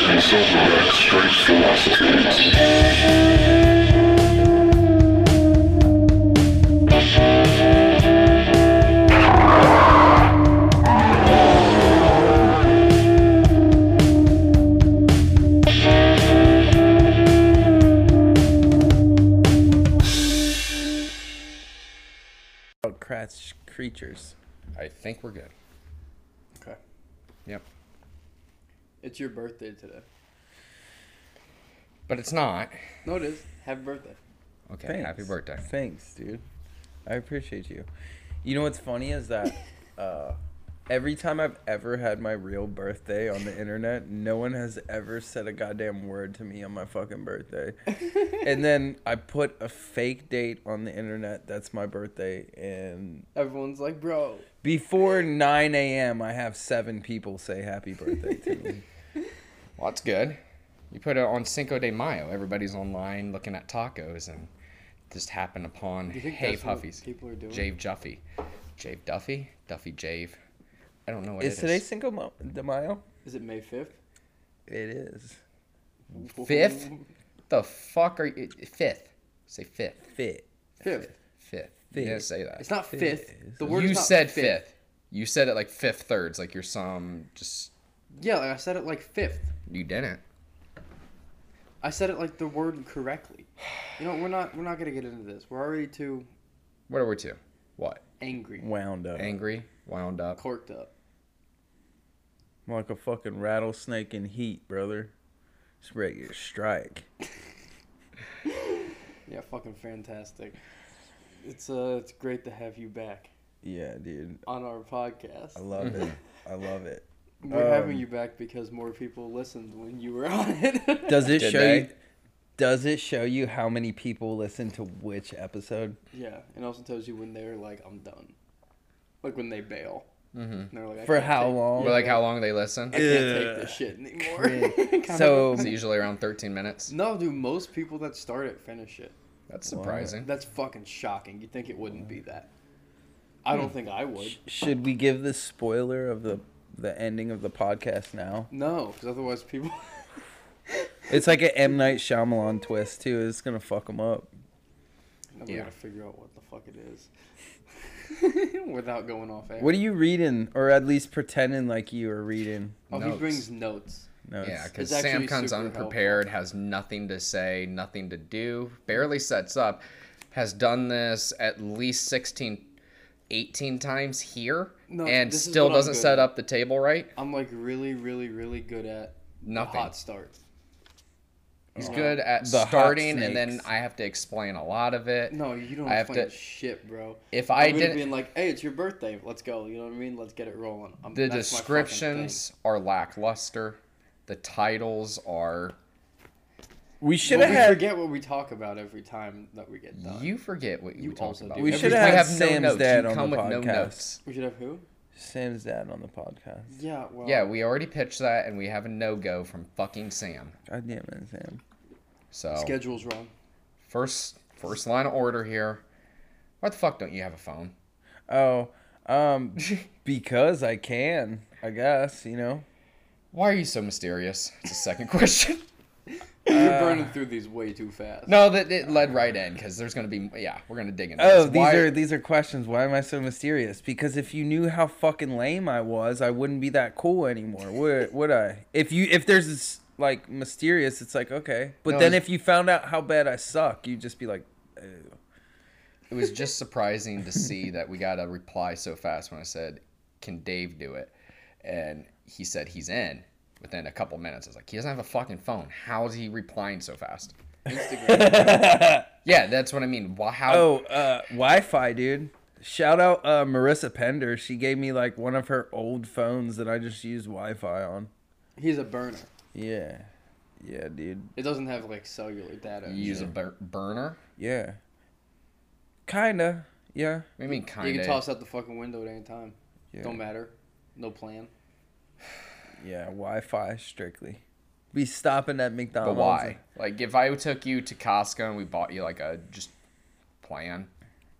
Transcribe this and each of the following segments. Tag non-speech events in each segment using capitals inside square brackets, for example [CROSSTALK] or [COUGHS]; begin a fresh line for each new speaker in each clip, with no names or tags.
Silverback strikes the last two.
about crash creatures.
I think we're good.
Okay.
Yep.
It's your birthday today.
But it's not.
No, it is. Happy birthday.
Okay. Happy birthday.
Thanks, dude. I appreciate you. You know what's funny is
[LAUGHS]
that uh, every time I've ever had my real birthday on the internet, no one has ever said a goddamn word to me on my fucking
[LAUGHS]
birthday. and then I put a fake date on the internet that's my birthday, and
Everyone's like, bro.
before 9 a.m., I have seven people say happy birthday to me.
Well, that's good. You put it on Cinco de Mayo. Everybody's online looking at tacos and just happen upon
Do you think
Hey
that's what
Puffies.
people are doing?
Jave Juffy. Jave Duffy? Duffy Jave. I don't know [LAUGHS] what
is
it
today
is.
Cinco Mo- de Mayo?
Is it May 5th?
It is.
Fifth? The fuck are you? Fifth. Say fifth.
Fit.
Fifth.
Fifth.
Fifth.
You didn't say that.
It's not
Fifth.
fifth. The word
you
is not
said fifth. You said it like fifth thirds, like you're some just.
Yeah, like I said it like fifth.
You didn't.
I said it like the word correctly. You know, we're not we're not gonna get into this. We're already too
What are we to? What?
angry,
Wound up.
Angry? Wound up?
corked up.
I'm like a fucking rattlesnake in heat, brother. It's ready to strike.
Yeah, fucking fantastic. It's uh, it's great to have you back
Yeah, dude.
on our podcast.
I love it. I love it.
We're having
um,
you back because more people listened when you were [LAUGHS] on it.
Does it
Did
show
they?
you does it show you how many people listen to which episode?
Yeah, and also tells you when they're like, I'm done. Like when they bail.
Mm-hmm.
And they're like, I
For
can't
how
take-
long?
Or like how long they listen?
I can't
Ugh.
take this shit [LAUGHS] anymore. Kinda-
So
It's usually around 13 minutes.
no, dude, most people that start it finish it.
That's
Wow.
surprising.
That's fucking shocking. You'd think it wouldn't be that. I don't think I would.
should we give the spoiler of the the ending of the podcast now?
No, because otherwise people. [LAUGHS]
It's like an M Night Shyamalan twist too. It's gonna fuck them up.
I'm
Yeah.
gonna figure out what the fuck it is. Without going off air.
What are you reading, or at least pretending like you are reading?
oh, he
Notes.
brings notes.
No,
Yeah,
it's
because
It's
Sam
actually
comes
super
unprepared, has nothing to say, nothing to do, barely sets up, has done this at least 16, 18 times here,
No,
and
this is
still
what I'm
doesn't
good
set
at.
up the table right.
I'm like really, really, really good at the
Nothing.
hot starts.
He's
Oh.
good at
The hot
starting, and then
snakes.
I have to explain a lot of it.
No, you don't
I have
explain
to-
shit, bro.
If
I
I
am
didn't,
being like, "Hey, it's your birthday. Let's go." You know what I mean? Let's get it rolling. I'm,
the
that's my fucking
descriptions are lackluster, the titles are
we
thing.
should
Well,
have
we
had
forget what we talk about every time that we get done.
You forget what you
You
we talk
also
about.
do. We
Every-
shoulda
had
have
Sam's
no notes.
dad
you
on
come
the
with no
podcast.
notes.
We should have who?
Sam's dad on the podcast.
Yeah. Well,
Yeah, we already pitched that, and we have a no go from fucking Sam.
God damn it, Sam.
So
Schedule's wrong.
first, first line of order here. Why the fuck don't you have a phone?
Oh, [LAUGHS] um, because I can, I guess, you know.
Why are you so mysterious? It's a second [LAUGHS] question.
You're burning through these way too fast.
no, that it led right in because there's gonna be yeah, we're gonna dig into.
Oh,
this.
these
Why-
are these are questions. Why am I so mysterious? Because if you knew how fucking lame I was, I wouldn't be that cool anymore, [LAUGHS] would would I? If you if there's this like mysterious, it's like okay. But
No,
then
it's-
if you found out how bad I suck, you'd just be like, Ew.
It was just surprising to see that we got a reply so fast when I said, "Can Dave do it?" And he said he's in within a couple minutes. I was like, he doesn't have a fucking phone. How is he replying so fast?
Instagram. [LAUGHS]
Yeah, that's what I mean. Why? How?
oh, uh, Wi-Fi, dude. Shout out uh, Marissa Pender. She gave me like one of her old phones that I just used Wi-Fi on.
He's a burner.
Yeah, yeah, dude.
It doesn't have like cellular data.
You use a bur- burner?
Yeah. Kinda. Yeah.
I mean, kind of.
You can toss out the fucking window at any time.
Yeah.
Don't matter. No plan.
Yeah. Wi-Fi strictly. Be stopping at
but
McDonald's.
why? Like, if I took you to Costco and we bought you like a just plan,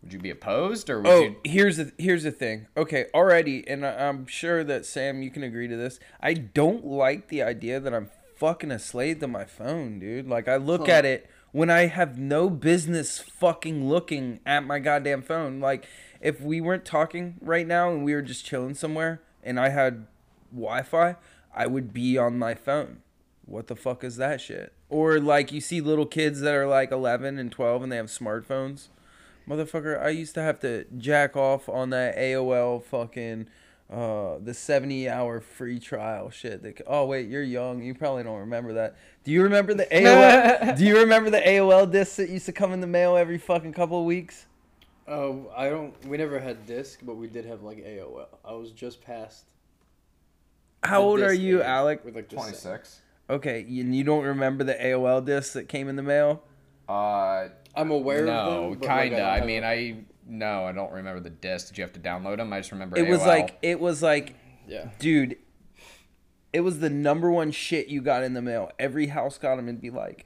would you be opposed or would
Oh,
you?
here's the here's the thing. Okay, already, and I, I'm sure that Sam, you can agree to this. I don't like the idea that I'm fucking a slave to my phone, dude. Like I look
Huh.
at it when I have no business fucking looking at my goddamn phone. Like if we weren't talking right now and we were just chilling somewhere and I had Wi-Fi, I would be on my phone. What the fuck is that shit? Or like you see little kids that are like 11 and 12 and they have smartphones. Motherfucker, I used to have to jack off on that AOL fucking uh the 70 hour free trial shit. That, oh wait, you're young. You probably don't remember that. Do you remember the [LAUGHS] AOL? do you remember the AOL discs that used to come in the mail every fucking couple of weeks?
Oh, I don't. We never had disc, but we did have like AOL. I was just past.
How
the
old are
disc
you,
age
Alec?
With like the
Twenty
se-
six.
Okay, you, you don't remember the AOL discs that came in the mail?
Uh,
I'm aware
no,
of them. but, like,
kinda.
don't
I
have
mean,
a-
I no, I don't remember the disc. Did you have to download them? I just remember
It was
AOL.
like it was like
yeah.
dude it was the number one shit you got in the mail every house got them and be like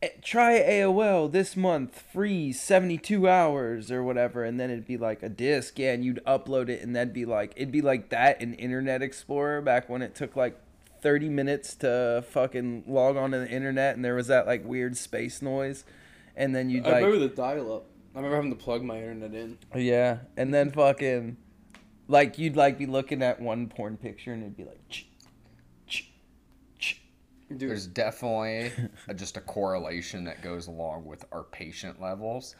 "Eh, try aol this month free 72 hours or whatever and then it'd be like a disc yeah and you'd upload it and that'd be like it'd be like that in internet explorer back when it took like 30 minutes to fucking log onto the internet and there was that like weird space noise and then you'd
I
like
remember the dial-up. I remember having to plug my internet in.
yeah, and then fucking, like you'd like be looking at one porn picture and it'd be like, "Ch- ch- ch."
Dude,
There's definitely a, just a correlation that goes along with our patient levels,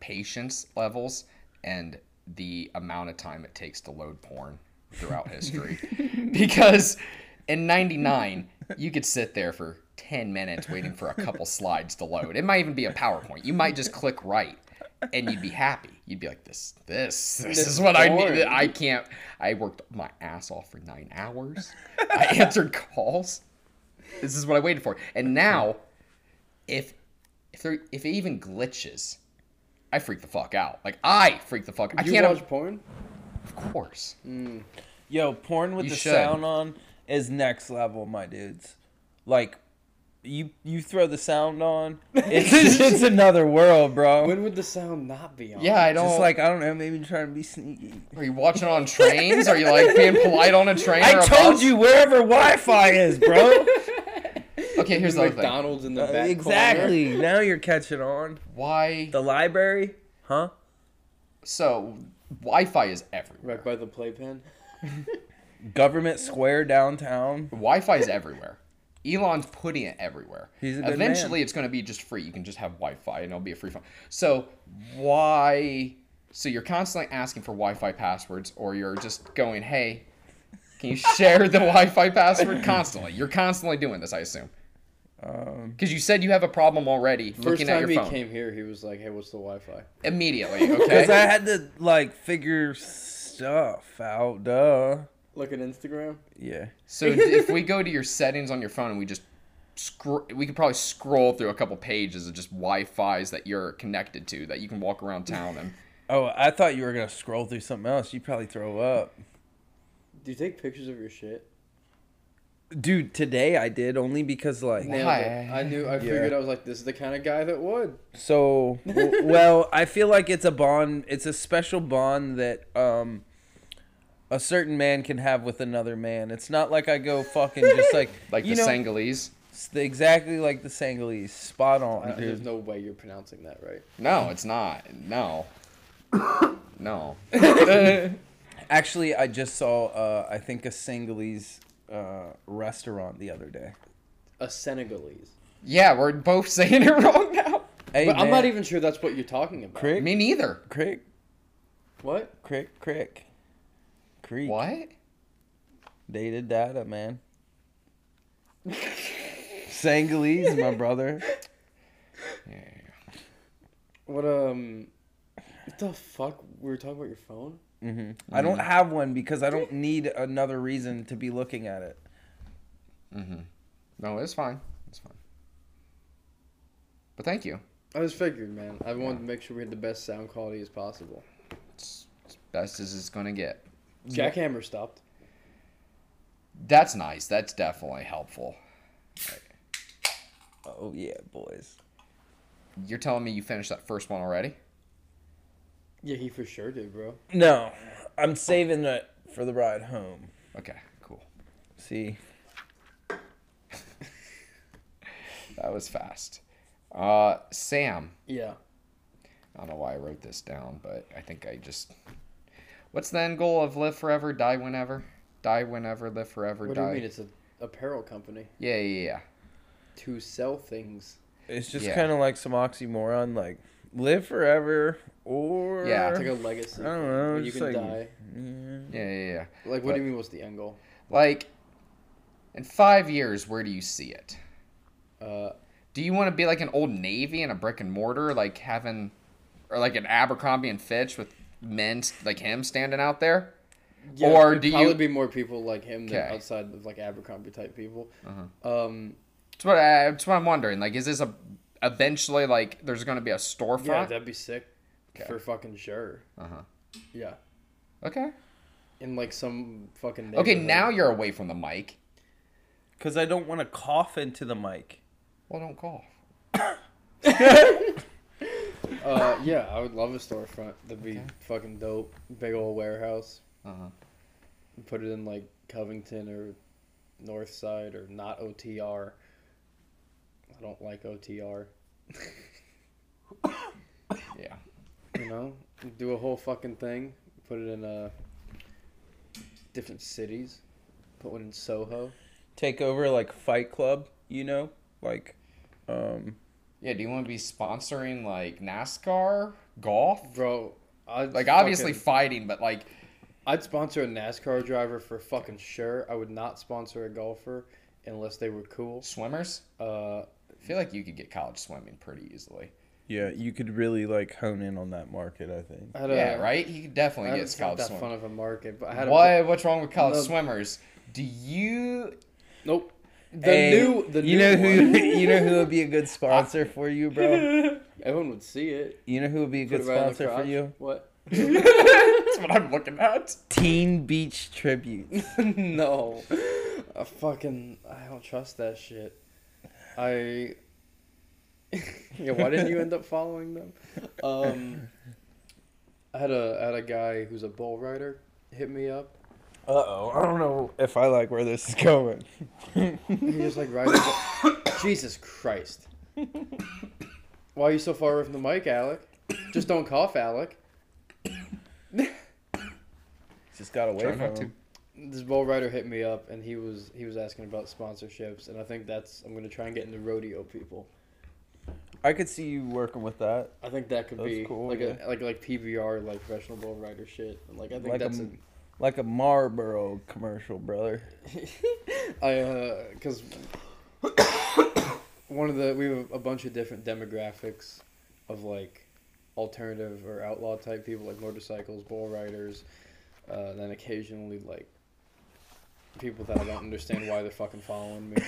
patience levels, and the amount of time it takes to load porn throughout [LAUGHS] history. because in 99, you could sit there for 10 minutes waiting for a couple slides to load. It might even be a PowerPoint. You might just click right and you'd be happy. You'd be like, this, this, this,
This
is what I need.
porn.
I can't. I worked my ass off for nine hours. I answered calls. This is what I waited for. And now, if if there if it even glitches, I freak the fuck out. Like I freak the fuck. I
you
can't.
watch porn?
Of course.
Yo, porn with
You
the
should.
sound on is next level, my dudes. Like, you you throw the sound on,
[LAUGHS]
it's it's another world, bro.
When would the sound not be on? [LAUGHS]
Yeah, I don't.
Just
like,
like I don't know, maybe trying to be sneaky.
are you watching on trains? are you like being polite on a train?
I
or a
told
bus?
you wherever Wi-Fi is,
[LAUGHS]
bro.
Okay, here's the other thing.
McDonald's in the
Uh,
back corner.
exactly. Now you're catching on.
Why?
The library, huh?
So Wi-Fi is everywhere.
Right by the playpen.
Government Square downtown.
Wi-Fi is everywhere. Elon's putting it everywhere.
He's a good
Eventually, it's going to be just free. You can just have Wi-Fi, and it'll be a free phone. So why? So you're constantly asking for Wi-Fi passwords, or you're just going, "Hey, can you share the Wi-Fi password?" Constantly, you're constantly doing this, I assume,
Um,
because you said you have a problem already
First
looking at
time
your
he
phone
came here, he was like, "Hey, what's the Wi-Fi?"
immediately.
Because I
Okay,
had to like figure stuff out, duh.
Look at Instagram.
Yeah.
so d- if we go to your settings on your phone and we just scroll, we could probably scroll through a couple pages of just Wi-Fi's that you're connected to that you can walk around town and.
Oh, I thought you were gonna scroll through something else. You'd probably throw up.
Do you take pictures of your shit?
Dude, today I did only because like
Nah.
Nailed
Why?
it. I knew. I figured I was like, "This is the kind of guy that would." [LAUGHS]
so w- well, I feel like it's a bond. It's a special bond that um a certain man can have with another man. It's not like I go fucking just
[LAUGHS]
like
like
you
the
know,
Sanghalese.
s- exactly like the Sanghalese. Spot on,
I-
dude.
there's no way you're pronouncing that right.
No, it's not. No. no.
Actually, I just saw uh, I think a Singhalese uh, restaurant the other day.
A Senegalese.
Yeah, we're both saying it wrong now.
Hey,
But I'm not
man.
even sure that's what you're talking about.
Crick,
Me neither.
crick,
What?
crick, crick, creek.
What?
Data, data, man. Sanghalese, my brother.
What? Um. What the fuck? We were talking about your phone.
hmm I don't have one because I don't need another reason to be looking at it.
No, it's fine. It's fine. But thank you.
I just figured, man. I wanted to make sure we had the best sound quality as possible.
It's as best as it's gonna get.
Jackhammer stopped.
That's nice. That's definitely helpful.
Oh yeah, boys.
You're telling me you finished that first one already?
Yeah, he for sure did, bro.
No, I'm saving it for the ride home.
Okay, cool.
See,
That was fast. Uh, Sam.
Yeah.
I don't know why I wrote this down, but I think I just. What's the end goal of live forever, die whenever? Die whenever, live forever,
What do
die.
you mean? It's an apparel company
yeah, yeah, yeah.
to sell things.
It's just
Yeah.
kind of like some oxymoron, like live forever or
Yeah,
It's like a legacy.
I don't know,
Where You
just
can
like-
die.
Yeah.
Yeah, yeah, yeah.
Like, what do you mean? What's the end goal?
Like, in five years, where do you see it?
Uh,
Do you want to be like an old Navy and a brick and mortar, like having, or like an Abercrombie and Fitch with men st- like him standing out there?
yeah,
Or
there'd
do you-
probably be more people like him than
Okay. Uh-huh.
outside of like Abercrombie type people. Um,
That's what, I, that's what I'm wondering. Like, is this a eventually like there's going to be a storefront?
yeah, that'd be sick
Okay.
for fucking sure.
Uh-huh.
Yeah,
okay.
in like some fucking.
Okay,
neighborhood.
now you're away from the mic.
Because I don't want to cough into the mic.
Well, don't cough.
Uh, yeah, I would love a storefront. That'd be fucking dope. Big old warehouse.
Uh-huh.
Put it in like Covington or North Side or not OTR. I don't like OTR.
[LAUGHS] Yeah.
You know, do a whole fucking thing. Put it in uh, different cities. Put one in Soho.
Take over like Fight Club, you know, like, um,
Yeah, do you want to be sponsoring like NASCAR, golf?
Bro, I'd
Like obviously
fucking-
fighting, but like
I'd sponsor a NASCAR driver for fucking sure. I would not sponsor a golfer unless they were cool.
swimmers?
Uh,
I feel like you could get college swimming pretty easily.
yeah, you could really like hone in on that market, I think.
I had
Yeah,
a,
right? You could definitely
I
get
it's not
college
uh, that fun
swimming.
of a market, but I had a
Why what's wrong with college
No.
swimmers? Do you
[LAUGHS] nope. The
Hey,
new, the
you
new
know who
one.
[LAUGHS] you know who would be a good sponsor for you, bro. [LAUGHS]
Everyone would see it.
You know who would be a good
Put it right on the
sponsor for
crotch.
you?
What? [LAUGHS]
That's what I'm looking at.
Teen Beach Tribute. [LAUGHS]
no, I fucking I don't trust that shit. I. [LAUGHS] yeah, why didn't you end up following them? Um, I had a I had a guy who's a bull rider hit me up.
Uh oh, I don't know if I like where this is going.
He just like rides. [COUGHS] Jesus Christ! Why are you so far away from the mic, Alec? Just don't cough, Alec.
Just got away
Try
from
not to.
him.
this bull rider hit me up and he was he was asking about sponsorships and I think that's I'm gonna try and get into rodeo people.
I could see you working with that.
I think that could
That's
be
cool,
like
yeah.
a like like PBR like professional bull rider shit. Like I think
Like a
that's a,
m- Like a Marlboro commercial, brother. [LAUGHS]
I uh because [COUGHS] one of the we have a bunch of different demographics of like alternative or outlaw type people like motorcycles, bull riders, uh, then occasionally like people that I don't understand why they're fucking following me.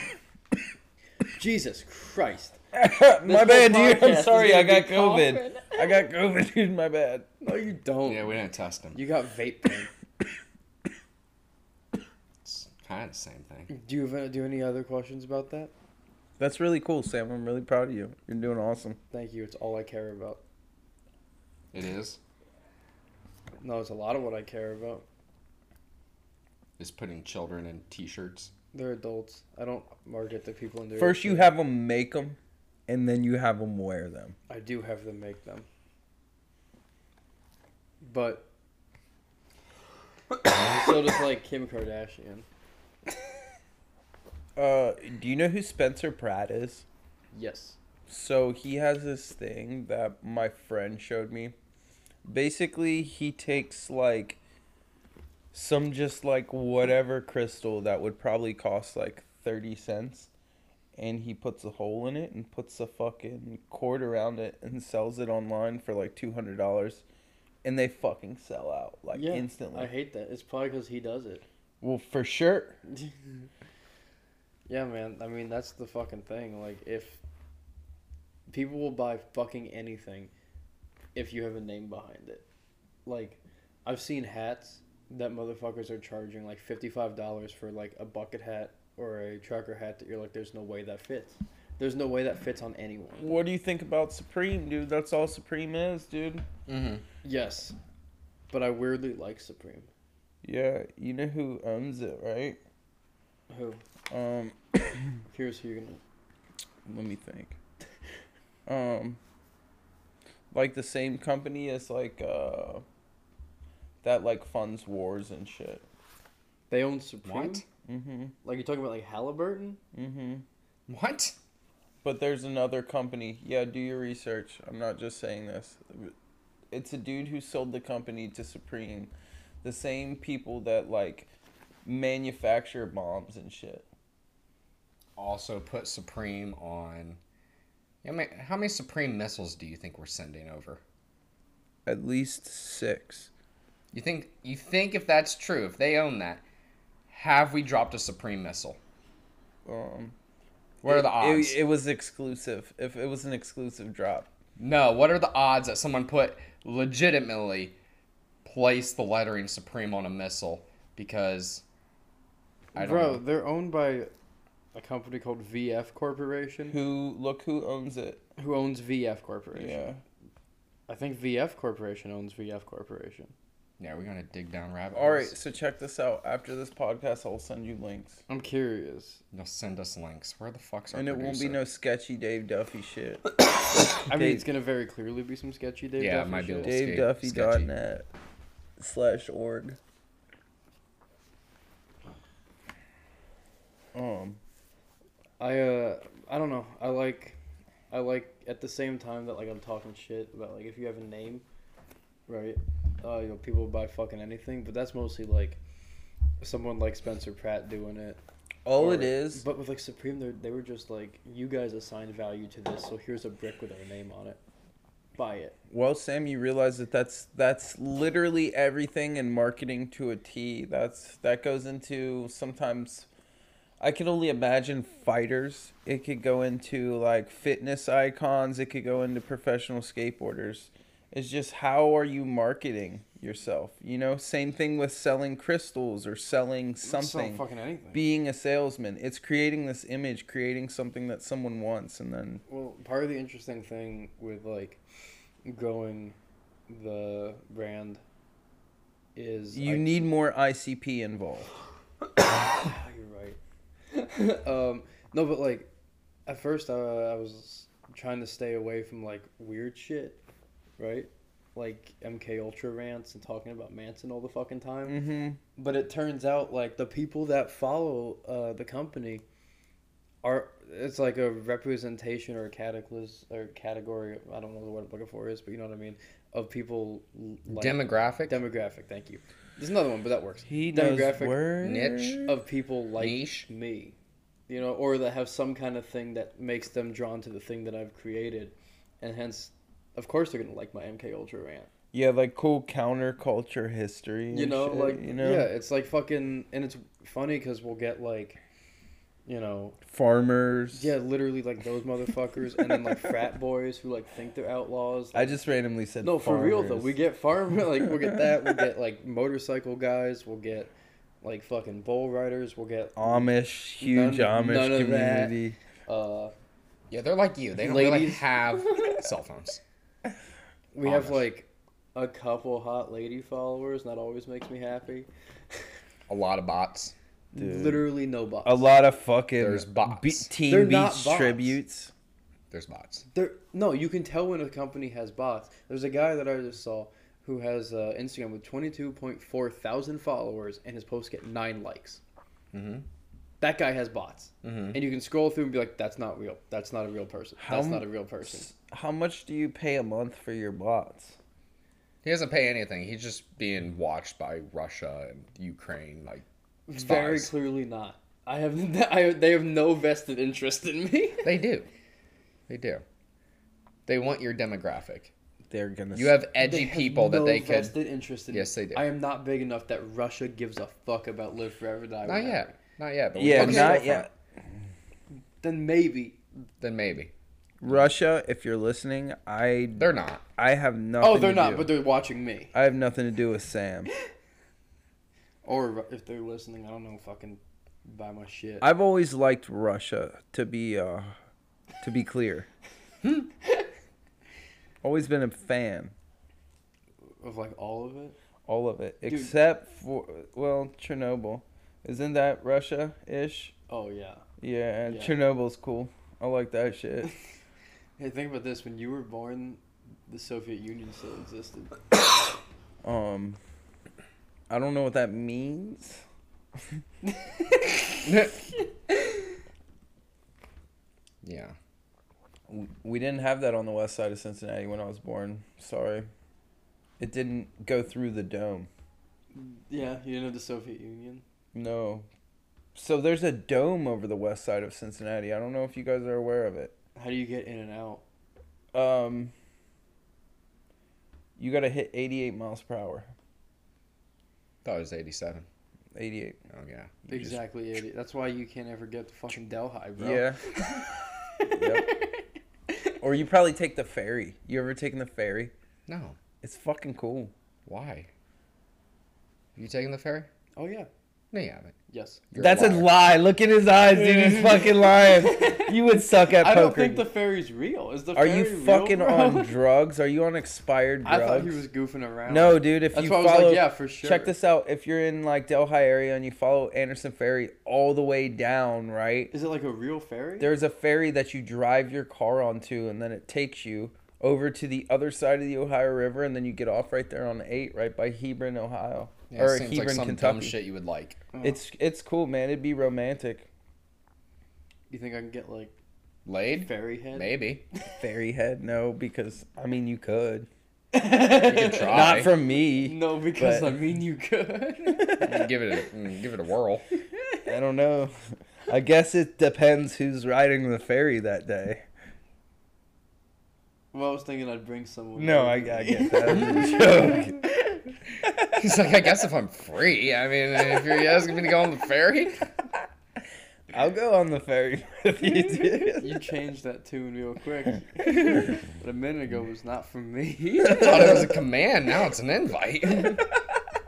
[COUGHS] Jesus Christ!
my
whole
bad, dude.
podcast
I'm
is
sorry.
gonna
I got
be
COVID. I got COVID, [LAUGHS] dude. My bad.
No, you don't.
Yeah, we didn't test them.
Oh. You got vape pen.
It's kind of the same thing.
Do you have, do you have any other questions about that?
That's really cool, Sam. I'm really proud of you. You're doing awesome.
Thank you. It's all I care about.
It is.
No, it's a lot of what I care about.
Is putting children in t-shirts.
They're adults. I don't market to people in their
First, you have them make them, and then you have them wear them.
I do have them make them. But so does like Kim Kardashian.
Uh, do you know who Spencer Pratt is?
Yes.
So he has this thing that my friend showed me. Basically, he takes like some just like whatever crystal that would probably cost like 30 cents and he puts a hole in it and puts a fucking cord around it and sells it online for like $200 and they fucking sell out like
yeah.
instantly.
I hate that. It's probably because he does it.
well, for sure.
[LAUGHS] Yeah, man. I mean, that's the fucking thing. Like, if people will buy fucking anything if you have a name behind it. Like, I've seen hats that motherfuckers are charging like $55 for like a bucket hat or a trucker hat that you're like, there's no way that fits. There's no way that fits on anyone.
What do you think about Supreme, dude? That's all Supreme is, dude.
Mm-hmm.
Yes. But I weirdly like Supreme.
Yeah, you know who owns it, right?
Who?
Um
[COUGHS] Here's who you're gonna.
let me think. Um, like the same company as like uh, that like funds wars and shit.
They own Supreme.
What?
Mm-hmm.
Like you're talking about like Halliburton?
Mm-hmm.
What?
But there's another company. Yeah, do your research. I'm not just saying this. It's a dude who sold the company to Supreme, the same people that like manufacture bombs and shit.
Also put Supreme on. Yeah, ma- how many Supreme missiles do you think we're sending over?
At least six.
You think you think if that's true, if they own that, have we dropped a Supreme missile?
Um,
What are the
it-
odds?
It, was exclusive. If it was an exclusive drop,
no. What are the odds that someone put legitimately place the lettering Supreme on a missile because? I don't
Bro,
know.
they're owned by a company called VF Corporation.
who look who owns it?
Who owns VF Corporation?
Yeah.
I think VF Corporation owns VF Corporation.
Yeah, we're gonna dig down rabbit holes.
All right. So check this out. After this podcast, I'll send you links,
I'm curious.
They'll send us links. Where the fuck's our
and it won't be
producer?
no sketchy Dave Duffy shit.
I mean,
Dave-
it's gonna very clearly be some sketchy Dave.
Yeah, it
Duffy
might be a
shit.
little- skate- sketchy.
DaveDuffy.net slash org. Um,
I uh, I don't know. I like, I like at the same time that like I'm talking shit about like if you have a name, right? Uh, you know, people buy fucking anything, but that's mostly like someone like Spencer Pratt doing it.
all
or-
it is,
But with like Supreme, they they were just like, you guys assigned value to this, so here's a brick with our name on it. Buy it.
well, Sam, you realize that that's that's literally everything in marketing to a T. That's that goes into sometimes. I can only imagine fighters. It could go into like fitness icons. It could go into professional skateboarders. It's just how are you marketing yourself? You know, same thing with selling crystals or selling
Sell
something.
fucking anything.
being a salesman. It's creating this image, creating something that someone wants, and then
Well, part of the interesting thing with like growing the brand is
you
[COUGHS] like-
need more ICP involved.
Ah, You're right. [LAUGHS] um, no, but like at first uh, I was trying to stay away from like weird shit, right? Like MK Ultra rants and talking about Manson all the fucking time.
Mm-hmm.
But it turns out like the people that follow uh, the company are it's like a representation or a cataclysm or category. I don't know the word I'm looking for is, but you know what I mean. Of people l- like
demographic
demographic. Thank you. There's another one, but that works.
He
knows
knows
Demographic
words.
niche.
Of people like
Niche.
me, you know, or that have some kind of thing that makes them drawn to the thing that I've created, and hence, of course, they're gonna like my MK Ultra rant.
Yeah, like cool counterculture history.
you
and
know,
shit,
like
you know,
yeah, it's like fucking, and it's funny because we'll get like, you know,
farmers.
yeah, literally like those motherfuckers, and then
[LAUGHS]
like frat boys who like think they're outlaws.
I just randomly said
No, for real though,
farmers.
we get farm [LAUGHS] like we'll get that, we'll get
[LAUGHS]
like motorcycle guys, we'll get like fucking bull riders, we'll get
Amish, huge
None-
Amish
none of that.
community.
uh
yeah they're like you they don't really
Ladies.
[LAUGHS]
have cell phones
we have
Amish.
like a couple hot lady followers, and that always makes me happy.
a lot of bots
Dude.
Literally no bots.
A lot of fucking
There's bots.
Be- Teen
They're
Beach
not bots.
tributes.
there's bots
There, no, you can tell when a company has bots. There's a guy that I just saw who has uh, Instagram with 22.4 thousand followers, and his posts get nine likes.
mm-hmm.
That guy has bots,
Mhm.
and you can scroll through and be like, "That's not real. That's not a real person. That's
How-
not a real person."
How much do you pay a month for your bots?
he doesn't pay anything he's just being watched by russia and ukraine like
Very
spies.
clearly not. I have, [LAUGHS] I, they have no vested interest in [LAUGHS] me.
they do they do they want your demographic
They're gonna.
you have edgy people that they
have
could
vested interest in.
Yes, they do.
I am not big enough that Russia gives a fuck about live forever die.
not
whatever.
yet not yet but we
Yeah, not
can still find-
yet.
Then maybe.
then maybe
Russia, if you're listening, I
they're not [LAUGHS]
I have nothing.
Oh, they're
to
not,
do.
but they're watching me.
I have nothing to do with Sam.
Or Ru- if they're listening, I don't know. Fucking buy my shit.
I've always liked Russia. To be uh, to be clear, always been a fan.
of like all of it.
All of it except for well, Chernobyl. Isn't that Russia ish?
Oh yeah.
Yeah, and
Yeah.
Chernobyl's cool. I like that shit.
Hey, think about this. When you were born, the Soviet Union still existed.
Um, I don't know what that means.
yeah.
W- We didn't have that on the west side of Cincinnati when I was born. Sorry. It didn't go through the dome.
Yeah, you didn't have the Soviet Union.
No. So there's a dome over the west side of Cincinnati. I don't know if you guys are aware of it.
How do you get in and out?
Um, you got to hit 88 miles per hour.
Thought it was 87.
88.
Oh, yeah. You just-
Exactly, idiot. That's why you can't ever get to fucking Delhi, bro.
[LAUGHS] Yeah. Or you probably take the ferry. You ever taken the ferry?
no.
It's fucking cool.
Why? You taking the ferry?
Oh yeah.
No, you haven't.
Yes.
You're
That's a
liar.
lie. Look at his eyes, dude. He's fucking lying. [LAUGHS] You would suck at
I
poker.
don't think the ferry's real. Is the
Are
ferry
you
real,
fucking
bro?
on drugs? Are you on expired
[LAUGHS] I
drugs?
thought he was goofing around.
no, dude. If
That's
you
why I
follow,
was like, yeah, for sure.
check this out. If you're in like Delhi area and you follow Anderson Ferry all the way down, right?
Is it like a real ferry?
There's a ferry that you drive your car onto, and then it takes you over to the other side of the Ohio River, and then you get off right there on eight, right by Hebron, Ohio,
Yeah,
or
it seems
Hebron,
like some dumb
Kentucky.
shit you would like.
It's it's cool, man. It'd be romantic.
you think I can get like
Laid?
ferry head? [LAUGHS]
Maybe.
Fairy head, no, because I mean you could.
You could try.
Not from me.
[LAUGHS] No, because
But-
I mean you
[LAUGHS]
could.
You give it a mm, give it a
[LAUGHS]
whirl.
I don't know. [LAUGHS] I guess it depends who's riding the ferry that day.
well, I was thinking I'd bring someone.
No,
over
I, I
with me.
get that. was
[LAUGHS]
a joke.
He's like, I guess if I'm free. I mean, if you're asking me to go on the ferry,
I'll go on the ferry with
[LAUGHS]
you, dude.
You changed that tune real
[LAUGHS]
quick. but a minute ago was not from me.
thought it was a command. Now it's an invite. [LAUGHS]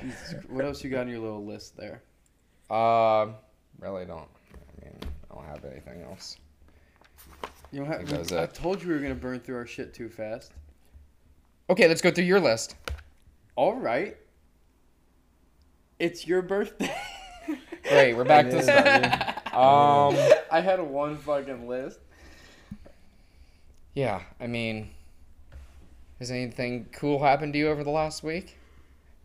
Jesus, what else you got on your little list there?
Um, really don't. I mean, I don't have anything else.
You don't
I think that was
have, I
it.
told you we were gonna burn through our shit too fast.
Okay, let's go through your list.
All right. It's your birthday. [LAUGHS]
Great, we're back
It
to the
is,
start.
dude.
Um,
I had a one fucking list.
yeah, I mean, has anything cool happened to you over the last week?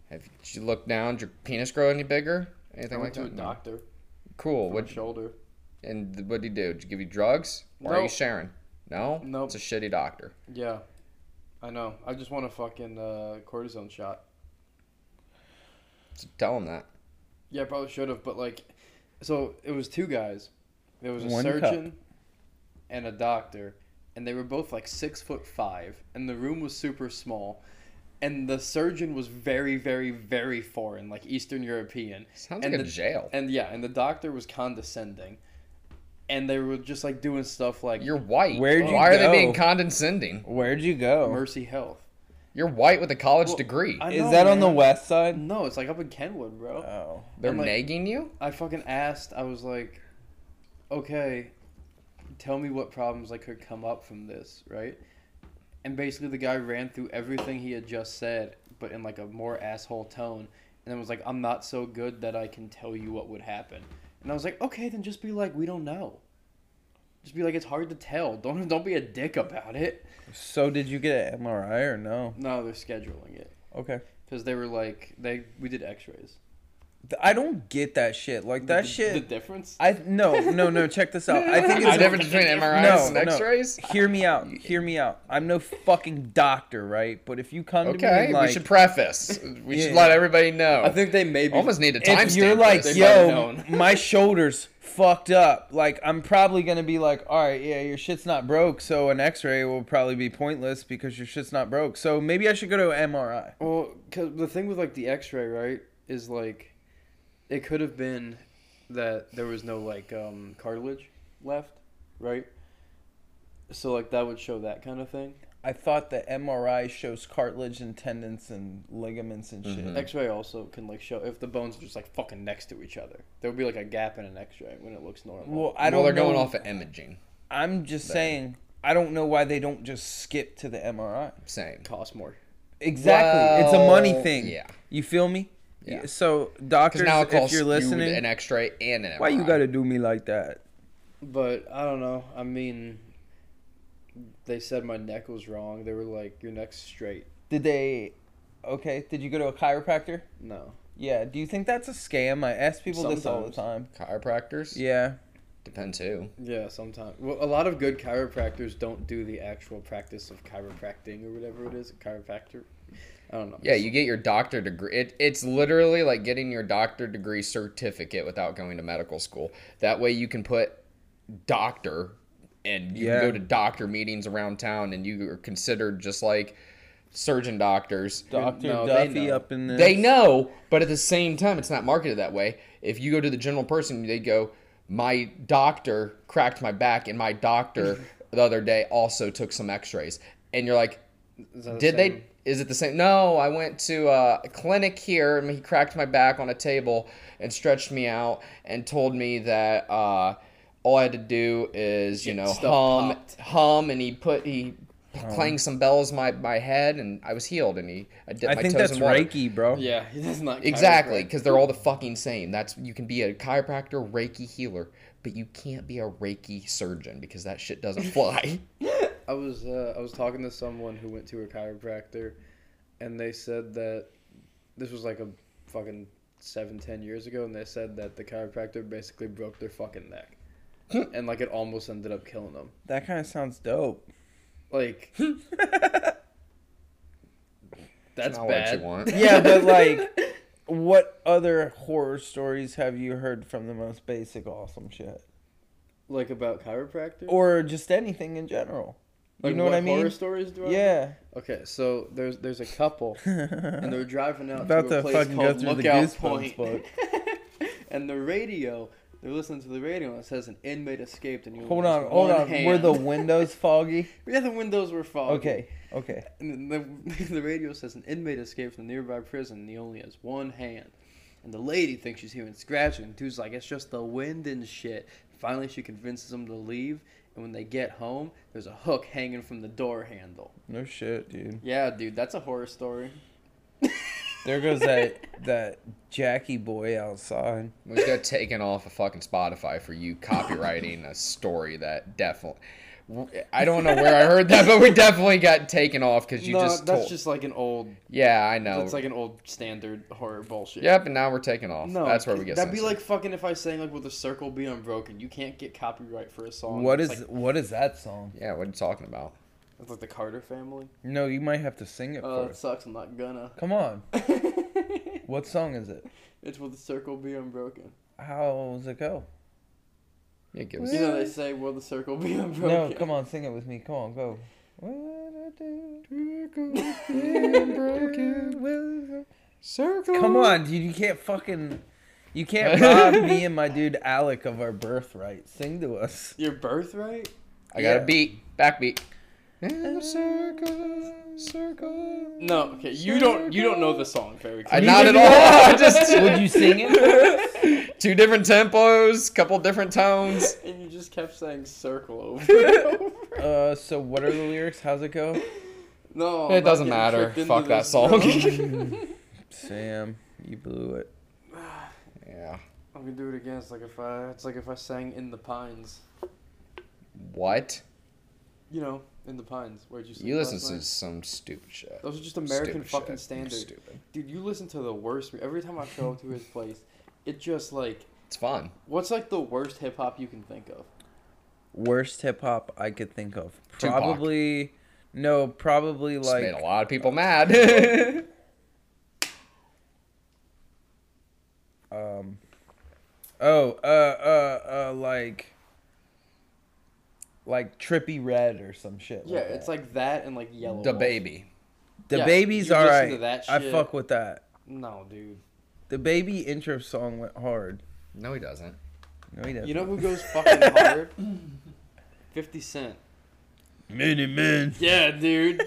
Have you, did you look down? Did your penis grow any bigger?
I
Anything
went
like
to a
that? No.
doctor
Cool.
for my
What
shoulder.
and th- what did he do? Did you give you drugs? Or are you
Nope.
sharing? No.
Nope.
It's a shitty doctor.
Yeah, I know. I just want a fucking uh, cortisone shot.
So tell him that.
Yeah, I probably should have, but like, so it was two guys. There was a
One cup.
surgeon and a doctor, and they were both like six foot five, and the room was super small. And the surgeon was very, very, very foreign, like Eastern European.
Sounds
and
like a
the-
jail.
And yeah, and the doctor was condescending. And they were just like doing stuff like
You're white.
Where'd you
Why are they
go?
being condescending?
Where'd you go?
Mercy Health.
You're white with a college
Well,
degree.
I know,
Is that on the
man.
west side?
No, it's like up in Kenwood, bro.
Oh.
They're
I'm like-
nagging you.
I fucking asked. I was like, okay, tell me what problems I could come up from this, right? And basically, the guy ran through everything he had just said, but in like a more asshole tone, and then was like, "I'm not so good that I can tell you what would happen." And I was like, "Okay, then just be like, we don't know. Just be like, it's hard to tell. Don't don't be a dick about it."
So did you get an MRI or no?
No, they're scheduling it
Okay.
because they were like, they we did X-rays.
Th- I don't get that shit. Like
the,
that
The
shit.
difference.
I no no no. Check this out. I
[LAUGHS]
think it's
the difference between MRIs
[LAUGHS] no,
and
no.
X-rays.
Hear me out. Hear me out. I'm no fucking doctor, right? But if you come to
Okay,
me like,
we should preface. We should
Yeah.
let everybody know.
I think they maybe
almost need a timestamp.
if you're like,
this.
They might have
yo,
[LAUGHS]
known.
my shoulders fucked up, like I'm probably gonna be like, all right, yeah, your shit's not broke, so an X-ray will probably be pointless because your shit's not broke. So maybe I should go to an MRI.
Well, cause the thing with like the X-ray, right, is like, it could have been that there was no like um, cartilage left, right? So like that would show that kind of thing.
I thought the MRI shows cartilage and tendons and ligaments and shit.
Mm-hmm.
X-ray also can like show if the bones are just like fucking next to each other. There would be like a gap in an X-ray when it looks normal.
Well, I
well,
don't
they're
know.
going off of imaging.
I'm just saying, I don't know why they don't just skip to the MRI.
Same.
it costs more.
Exactly, it's a money
Well,
thing.
yeah.
you feel me?
Yeah.
So
Because
doctors,
now it
if
costs
you're
you
listening,
an X-ray and an MRI.
why you gotta do me like that?
But I don't know. I mean, they said my neck was wrong. They were like, "Your neck's straight."
Did they? Okay. Did you go to a chiropractor?
No,
Yeah. Do you think that's a scam? I ask people this all the time.
Chiropractors?
Yeah.
Depends who.
yeah, sometimes. Well, a lot of good chiropractors don't do the actual practice of chiropractic or whatever it is. Chiropractor. I don't know.
Yeah, you get your doctor degree. It, it's literally like getting your doctor degree certificate without going to medical school. That way you can put doctor and you
Yeah.
can go to doctor meetings around town and you are considered just like surgeon doctors.
Doctor
no, they
Duffy
know.
up in this.
They know, but at the same time, it's not marketed that way. If you go to the general person, they go, "My doctor cracked my back, and
[LAUGHS]
my doctor the other day also took some X-rays," and you're like,
Is that the
"Did
same?
they? Is it the same?" No, I went to uh, a clinic here, and he cracked my back on a table and stretched me out and told me that uh, all I had to do is, you
Get
know,
stuff
hum,
popped. Oh.
hum, and he put he. Clanged some bells my my head and I was healed and he I dipped
I
my
think
toes
that's
in water.
Reiki, bro.
Yeah, that's not
Exactly,
chiropractic.
because they're all the fucking same. That's you can be a chiropractor, Reiki healer, but you can't be a Reiki surgeon because that shit doesn't [LAUGHS] fly.
I was uh, I was talking to someone who went to a chiropractor, and they said that this was like a fucking seven ten years ago, and they said that the chiropractor basically broke their
[LAUGHS]
fucking neck, and like it almost ended up killing them.
That kind of sounds dope.
[LAUGHS]
Like that's
Not what
bad.
you
[LAUGHS]
want.
yeah, but [LAUGHS] like, what other horror stories have you heard from the most basic awesome shit,
Like about chiropractor.
or just anything in general? You
like
know what, I mean?
Horror stories do I
Yeah.
Okay, so there's there's
[LAUGHS]
a couple, and they're driving out
About
to
to
a place
fucking go
called
through the
Lookout
Goosebumps
Point.
book.
[LAUGHS] and the radio, they're listening to the radio, and it says an inmate escaped, and you
Hold
lost
on, hold
one
on.
Hand.
Were the windows [LAUGHS] foggy?
[LAUGHS] yeah the windows were fogged.
Okay, okay.
And then the, [LAUGHS] the radio says an inmate escaped from the nearby prison, and he only has one hand. And the lady thinks she's hearing scratching. and Dude's like, it's just the wind and shit. Finally, she convinces him to leave. And when they get home, there's a hook hanging from the door handle.
No shit, dude.
Yeah, dude, that's a horror story.
There goes that [LAUGHS] that Jackie boy outside.
We just got taken off of fucking Spotify for you copywriting a story that definitely. I don't know where I heard that, but we definitely got taken off because you
no,
just
that's
told.
just like an old.
yeah, I know.
That's like an old standard horror bullshit.
yep, and now we're taken off.
No,
that's where we get.
That'd be
censored.
like fucking if I sang like with a circle be unbroken. You can't get copyright for a song.
What
It's
is
Oh, like,
what is that song?
Yeah, what are you talking about?
it's like the Carter family?
No, you might have to sing it
Oh, it
first.
sucks. I'm not gonna. [LAUGHS]
Come on.
it's
What song is it?
will the circle be unbroken?
How does it go?
Yeah, give us.
You know they say, "Will the circle be unbroken?"
No, come on, sing it with me. Come on, go. What I do
Broken
will-
circle.
Come on, dude. You can't fucking. You can't rob me and my dude Alec of our birthright. Sing to us.
Your birthright?
I got
Yeah.
a beat, back beat. In a circle, circle.
[LAUGHS] No. Okay, you don't. You don't know the song, very
I
clearly.
not at
didn't
all.
know.
I just
Would you sing
[LAUGHS]
it?
two different tempos, couple different tones.
[LAUGHS] And you just kept saying
[LAUGHS]
"circle" over and over.
Uh, so what are the lyrics? How's it go?
No,
It
I'm not
doesn't
getting
matter.
tricked into
Fuck that
this,
song. [LAUGHS]
bro.
Sam, you blew it.
Yeah.
I'm gonna do it again. It's like if I. It's like if I sang "In the Pines."
What?
You know, "In the Pines." Where'd you? Sleep
You listen
last
to
night?
some stupid shit.
Those are just American
Stupid
fucking
shit.
standards.
Stupid.
Dude, you listen to the worst. mu- Every time I show up to his place, it just like
It's fun.
what's like the worst hip hop you can think of?
Worst hip hop I could think of.
Tupac.
Probably. No, probably
It's made
like.
a lot of
uh,
people mad.
Um. Oh, uh, uh, uh, like. Like trippy red or some shit.
Yeah,
like
it's
that.
like that and like [LAUGHS] yellow.
[LAUGHS] the
Wolf.
baby.
the
yeah,
baby's
you listen to
alright.
that
I
shit.
fuck with that.
No, dude.
The baby intro song went hard.
No, he doesn't.
No, he doesn't.
You know who goes
[LAUGHS]
fucking hard? Fifty Cent.
many men
Yeah, dude.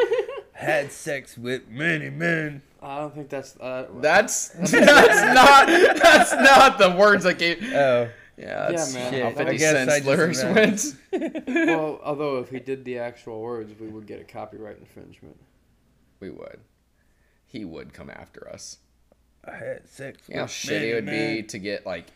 [LAUGHS]
had sex with many men.
I don't think that's uh,
[LAUGHS] That's that's not that's not the words I gave.
Oh,
Yeah, that's
man.
how
Shit, I
50
guess I
Cent's
just
lyrics went.
imagined.
Well, although if he did the actual words, we would get a copyright infringement.
[LAUGHS] We would. He would come after us.
I had sex.
You know how
with
shitty it would
many
be to get like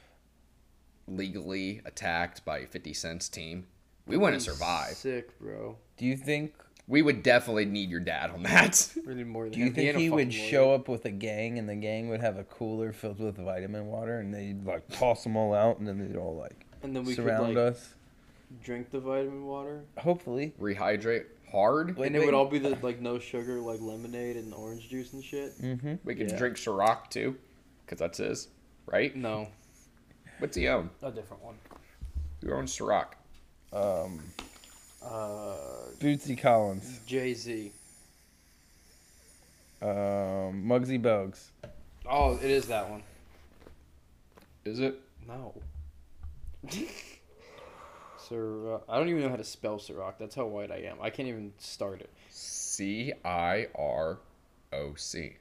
legally attacked by 50 Cent's team, we wouldn't survive.
Sick, bro.
Do you think?
We would definitely need your dad on that. [LAUGHS]
We need more than
Do you
him.
think
ain't a
he would
fucking
show
warrior.
up with a gang, and the gang would have a cooler filled with vitamin water, and they'd like toss them all out, and then they'd all like
and then we could
surround
like
us?
drink the vitamin water,
Hopefully,
Rehydrate hard.
Wait,
and it would
wait.
all be the like no sugar, like lemonade and orange juice and shit.
hmm
We could
Yeah.
drink Ciroc too, because that's his, right?
No,
What's he own?
a different one.
Who owns Ciroc?
Um,
Uh,
Bootsy Collins,
Jay Z.
um, Muggsy Bogues.
Oh, it is that one.
Is it?
No. [LAUGHS] Sir, uh, I don't even know how to spell Ciroc. That's how white I am. I can't even start it.
C I R O C.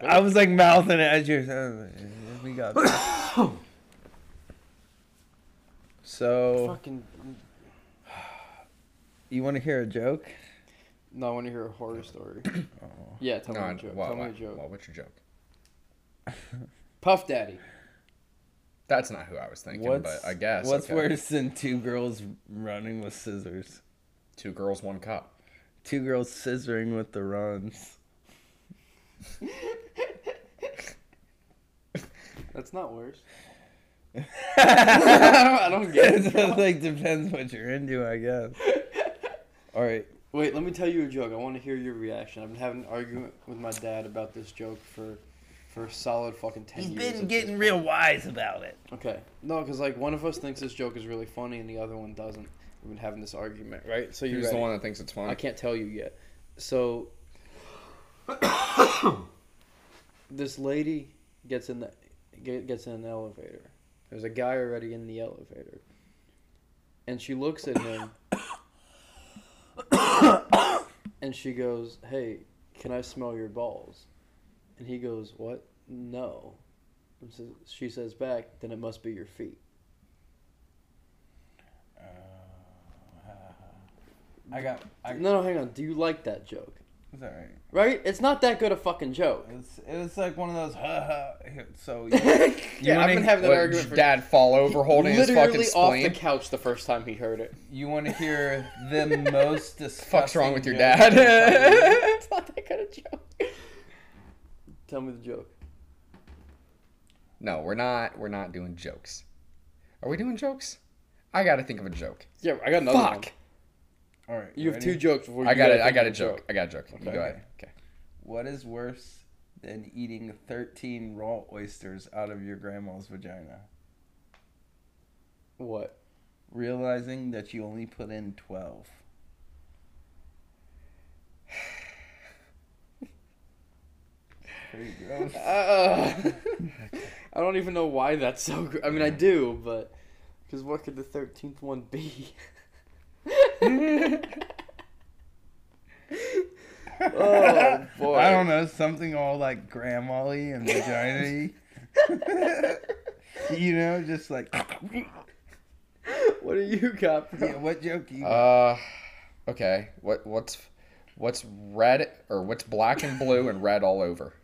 I was like mouthing it as you. [LAUGHS] I was like, We got. so
Fucking.
you want to hear a joke?
No, I want to hear a horror story.
Oh.
Yeah, tell
No,
me a joke.
what,
tell me a
what,
joke.
what- what's your joke?
Puff Daddy.
That's not who I was thinking, but I guess.
What's
okay.
worse than two girls running with scissors?
Two girls, one cup.
Two girls scissoring with the runs.
That's not worse.
[LAUGHS] I
don't- I don't get
[LAUGHS]
it.
like depends what you're into, I guess. All right.
Wait, let me tell you a joke. I want to hear your reaction. I've been having an argument with my dad about this joke for, for a solid fucking 10
He's
years.
been
at
getting
this
real
point.
wise about it.
Okay. No, because, like, one of us thinks this joke is really funny and the other one doesn't. We've been having this argument, right? So you
Who's the
ready?
one that thinks it's funny?
I can't tell you yet. So [COUGHS] this lady gets in the ge- gets in an elevator. There's a guy already in the elevator, and she looks at him, [COUGHS] and she goes, "Hey, can I smell your balls?" And he goes, "What? No." And so she says back, "Then it must be your feet."
I got. I,
No, no, hang on. Do you like that joke?
It's all right.
Right? It's not that good a fucking joke.
It's it's like one of those ha ha. So
yeah, I've
wanna-
been having that
What,
argument for
dad fall over holding his fucking
literally off the
spleen.
couch the first time he heard it.
you want to hear the most disgusting.
Fuck's wrong with your
joke
dad?
you can find.
[LAUGHS]
it's not that kind of joke.
Tell me the joke.
No, we're not. We're not doing jokes. Are we doing jokes? I gotta think of a joke.
Yeah, I got another one.
Fuck.
All right.
You have
ready?
two jokes before you
I got
gotta
it. I
think
got
of
a joke. I got a joke. You go ahead. Okay.
What is worse than eating 13 raw oysters out of your grandma's vagina?
What?
Realizing that you only put in 12. Pretty gross.
Uh, I don't even know why that's so. Gr- I mean, I do, but because what could the thirteenth one be? [LAUGHS] oh boy!
I don't know, something all like grandma and vagina You know, just like.
[LAUGHS] What do you got? Bro?
Yeah, what joke you [LAUGHS] got?
Uh, okay. What what's what's red or what's black and blue and red all over?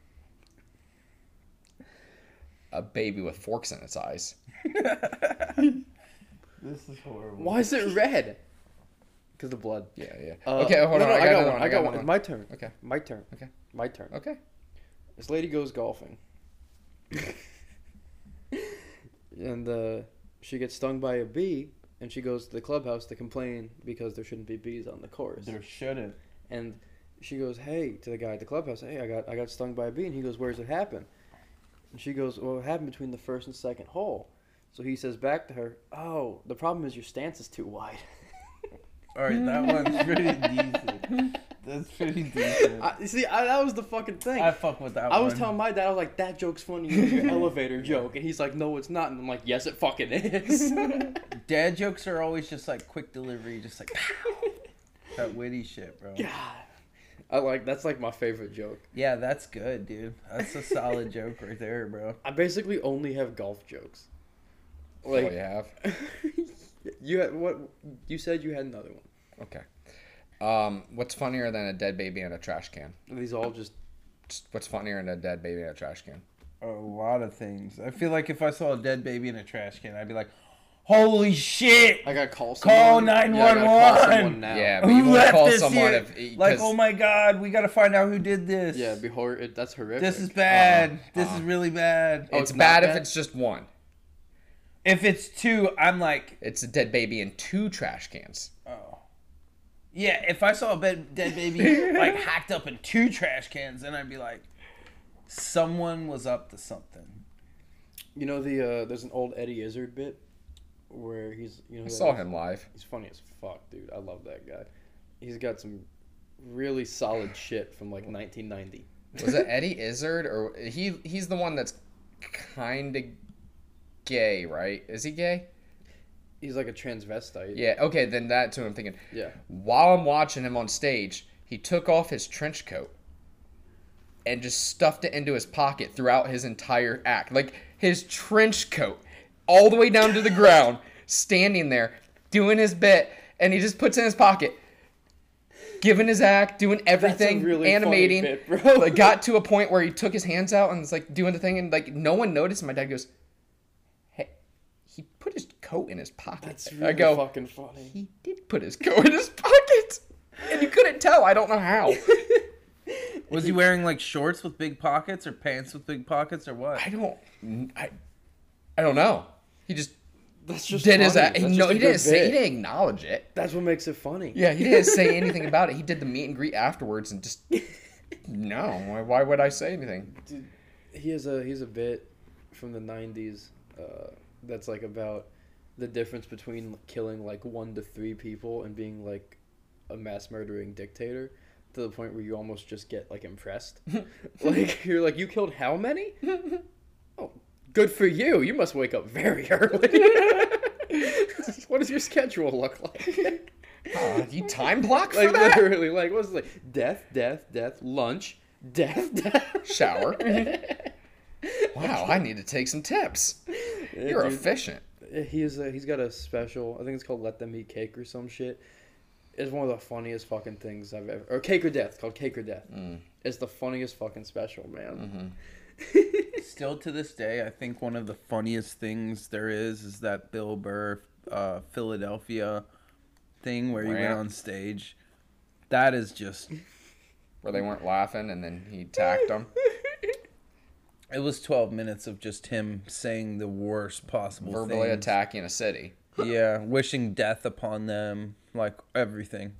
A baby with forks in its eyes.
This is horrible.
Why is it [LAUGHS] red? Because the blood.
Yeah, yeah.
Uh,
okay, hold
no,
on.
no,
I, got another
one. I got one.
another
It's my turn.
Okay.
My turn.
Okay.
My turn.
Okay.
This lady goes golfing. [LAUGHS] and uh, she gets stung by a bee, and she goes to the clubhouse to complain because there shouldn't be bees on the course.
There shouldn't.
And she goes, "Hey," to the guy at the clubhouse. "Hey, I got I got stung by a bee." And he goes, "Where's it happen?" And she goes, "Well, it happened between the first and second hole." So he says back to her, "Oh, the problem is your stance is too wide." [LAUGHS]
Alright, that one's pretty decent. That's pretty decent.
I, see, I, that was the fucking thing.
I fuck with that
I
one.
was telling my dad, I was like, that joke's funny,
[LAUGHS]
your elevator joke. And he's like, no, it's not. And I'm like, yes, it fucking is.
Dad jokes are always just like quick delivery, just like [LAUGHS] pow. that witty shit, bro. Yeah.
[LAUGHS] God. I like, that's like my favorite joke.
that's good, dude. That's a solid joke right there, bro.
I basically only have golf jokes.
That's
Oh,
Like,
all you have.
[LAUGHS] you had, what, you said you had another one.
Okay. Um, what's funnier than a dead baby in a trash can?
Are these all just,
Just What's funnier than a dead baby in a trash can?
a lot of things. I feel like if I saw a dead baby in a trash can, I'd be like, "Holy shit!
I gotta call someone.
Call
I gotta
911.
now.
Yeah,
[LAUGHS] Yeah.
but
Who
you won't
left
call
this
someone
here?
if it-
like,
'cause-
oh my god, we gotta find out who did this.
Yeah, be hor- it, that's horrific.
this is bad.
Uh-uh.
This is
Uh-uh.
really bad.
Oh,
it's
it's not
bad if
bad?
it's just one.
If it's two, I'm like,
It's a dead baby in two trash cans.
oh. Yeah, if I saw a bed, dead
[LAUGHS]
baby like hacked up in two trash cans, then I'd be like, someone was up to something.
You know the uh, there's an old Eddie Izzard bit where he's you know
I
who that
saw
is?
him live.
He's funny as fuck, dude. I love that guy. He's got some really solid shit from like 1990.
Was it Eddie Izzard or he? He's the one that's kind of gay, right? Is he gay?
He's like a transvestite.
Yeah. Okay, then that's who I'm thinking.
Yeah.
While I'm watching him on stage, he took off his trench coat and just stuffed it into his pocket throughout his entire act. Like his trench coat, all the way down to the ground, standing there, doing his bit, and he just puts it in his pocket, giving his act, doing everything,
really funny
animating.
bit, bro.
Like, got to a point where he took his hands out and was like doing the thing, and like no one noticed. And my dad goes, "Hey, he put his coat in his pocket."
That's
I
really
go,
fucking funny.
he did put his coat in his pocket. And you couldn't tell. I don't know
[LAUGHS]
how.
Was he wearing like shorts with big pockets or pants with big pockets or what?
I don't. I, I don't know. He just
That's just
did his.
funny.
act-
That's
no,
just a
he
good
didn't say. He
bit.
didn't acknowledge it.
That's what makes it funny.
Yeah, he didn't say anything about it. He did the meet and greet afterwards and just. No, why, why would I say anything?
Dude, he has a he's a bit from the '90s uh, that's like about the difference between killing like one to three people and being like a mass murdering dictator to the point where you almost just get like
[LAUGHS]
impressed. [LAUGHS] like you're like you killed how many? oh, good for you. You must wake up very [LAUGHS] early.
[LAUGHS]
what does your schedule look like?
Uh, you time block [LAUGHS] for
[LAUGHS] like
that?
literally, like what's like death, death, death, lunch,
[LAUGHS]
death, death. [LAUGHS]
Shower. Wow, I need to take some tips. You're efficient.
He's Eh, a, he's got a special. I think it's called "Let Them Eat Cake" or some shit. It's one of the funniest fucking things I've ever. Or "Cake or Death" called "Cake or Death."
Mm.
It's the funniest fucking special, man.
Still to this day, I think one of the funniest things there is is that Bill Burr uh, Philadelphia thing where he went
Rant.
on stage. That is just.
Where they weren't laughing and then he
[LAUGHS]
attacked them.
It was 12 minutes of just him saying the worst possible
verbally
things.
attacking a city
Yeah, wishing death upon them, like everything.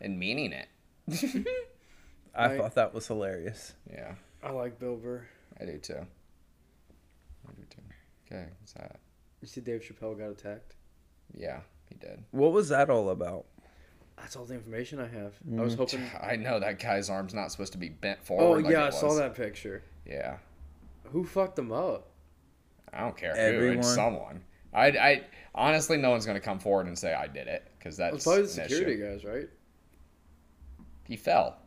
and meaning it. [LAUGHS]
I
Right.
thought that was hilarious.
Yeah,
I like Bill Burr.
I do too. I do too. Okay, what's that?
You see, Dave Chappelle got attacked.
Yeah, he did.
What was that all about?
That's all the information I have. I
Mm.
was hoping.
[LAUGHS] I know that guy's arm's not supposed to be bent
Oh
forward. like
yeah, I
it
saw
was.
that picture.
Yeah,
Who fucked him up?
I don't care who,
Everyone.
it's someone. I, I honestly, no one's gonna come forward and say I did it because
It
that's
was probably the
an
security
issue.
guys, right?
He fell.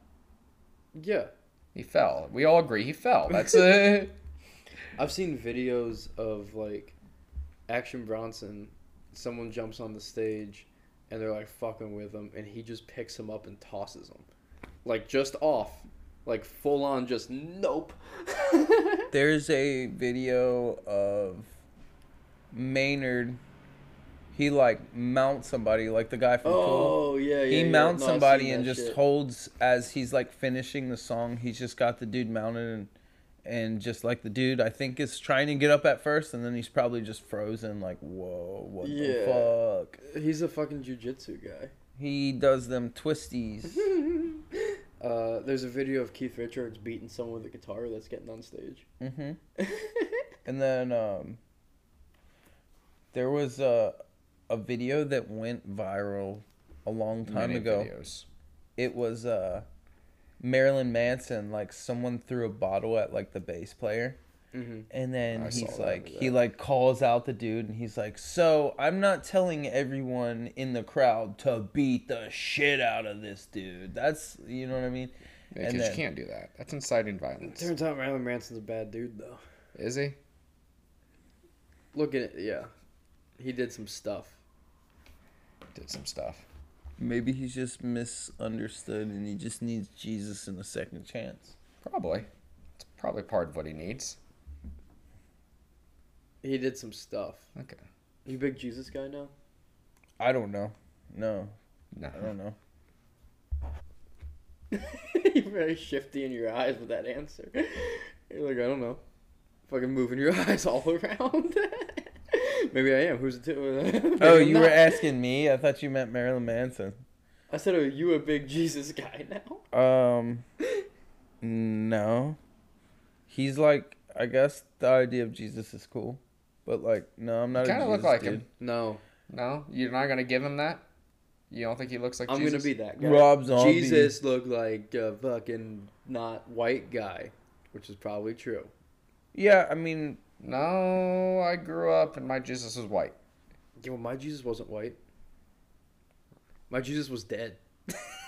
Yeah,
He fell. We all agree he
[LAUGHS]
fell. That's a
I've seen videos of like Action Bronson. Someone jumps on the stage, and they're like fucking with him, and he just picks him up and tosses him, like just off, like full on,
[LAUGHS]
just nope.
There's a video of Maynard. He like mounts somebody, like the guy from Tool.
oh yeah, yeah.
he
yeah.
mounts
No, I've
somebody
seen
and
that
just
shit.
holds as he's like finishing the song. He's just got the dude mounted and and just like the dude I think is trying to get up at first and then he's probably just frozen like whoa what
Yeah.
the fuck.
He's a fucking jujitsu guy.
He does them
[LAUGHS]
twisties.
Uh, there's a video of Keith Richards beating someone with a guitar that's getting
[LAUGHS]
on stage.
hmm And then um, there was a a video that went viral a long time
many
ago.
videos.
It was uh, Marilyn Manson. Like someone threw a bottle at like the bass player. And then
Mm-hmm. I saw
he's
that,
like,
yeah.
he like calls out the dude, and he's like, "So I'm not telling everyone in the crowd to beat the shit out of this dude. That's you know what I mean."
Because
then-
you can't do that. That's inciting violence.
Turns out Marilyn Manson's a bad dude though.
Is he?
Look at it, yeah. He did some stuff.
Did some stuff.
Maybe he's just misunderstood, and he just needs Jesus in a second chance.
Probably. It's probably part of what he needs.
He did some stuff.
Okay.
You big Jesus guy now? [LAUGHS]
I don't know. No,
No.
I don't know.
You're very shifty in your eyes with that answer. You're like, I don't know. Fucking moving your [LAUGHS] eyes all around. [LAUGHS] Maybe I am. Who's it to?
Oh,
[LAUGHS] Maybe I'm
you were
not.
asking me? I thought you meant Marilyn Manson.
I said, are you a big Jesus guy [LAUGHS] now?
Um, no. He's like, I guess the idea of Jesus is cool, but like, no, I'm not.
You
Kind
kinda
of
look like him.
No.
No, you're not gonna give him that. You don't think he looks like
I'm
Jesus?
going to be that guy.
Rob Zombie.
Jesus looked like a fucking not white guy, which is probably true.
Yeah, I mean,
No, I grew up and my Jesus was white.
Yeah, well, my Jesus wasn't white. My Jesus was dead.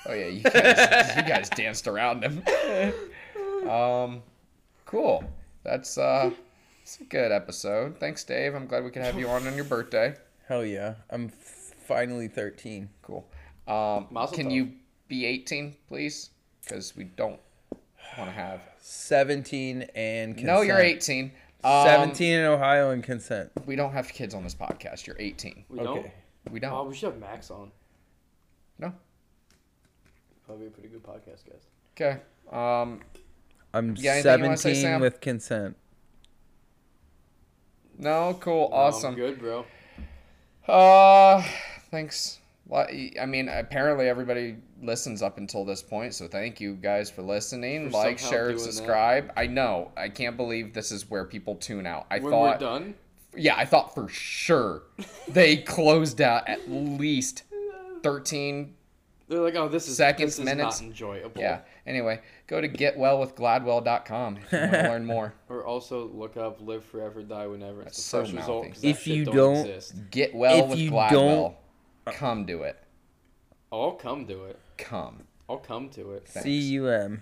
Oh yeah, you
[LAUGHS]
guys, you guys danced around him. [LAUGHS] um, cool. That's uh, it's a good episode. Thanks, Dave. I'm glad we could have you on on your birthday.
hell yeah, I'm finally 13.
Cool. Um,
Mazel
can
tov.
you be 18, please? Because we don't want to have.
17 and consent.
No, you're 18. Um,
17 in Ohio and consent.
We don't have kids on this podcast. You're 18.
We
Okay.
We
Oh,
don't.
we should have Max on.
No.
Probably a pretty good podcast guest.
Okay. Um,
I'm
Yeah, anything you wanna say,
17
Sam?
with consent.
no. Cool. Awesome.
good, bro.
Uh, thanks. Li- I mean, apparently everybody listens up until this point, so thank you guys for listening.
For
like,
somehow
share,
doing that.
subscribe. I know. I can't believe this is where people tune out. I
When we're
thought,
done,
yeah, I thought for
[LAUGHS]
sure they closed out at least thirteen.
they're like, "Oh, this is
Seconds,
this is
minutes.
not enjoyable."
Yeah. Anyway, go to getwellwithgladwell.com if you
[LAUGHS]
want to learn more.
Or also look up "Live Forever, Die Whenever." It's
That's
the
so
first result
mouthy.
'cause that
If
shit
you don't-
exist.
Get well
If
with
you
Gladwell. Come do it.
I'll come to it.
Come.
I'll come to it.
Thanks.
C U M.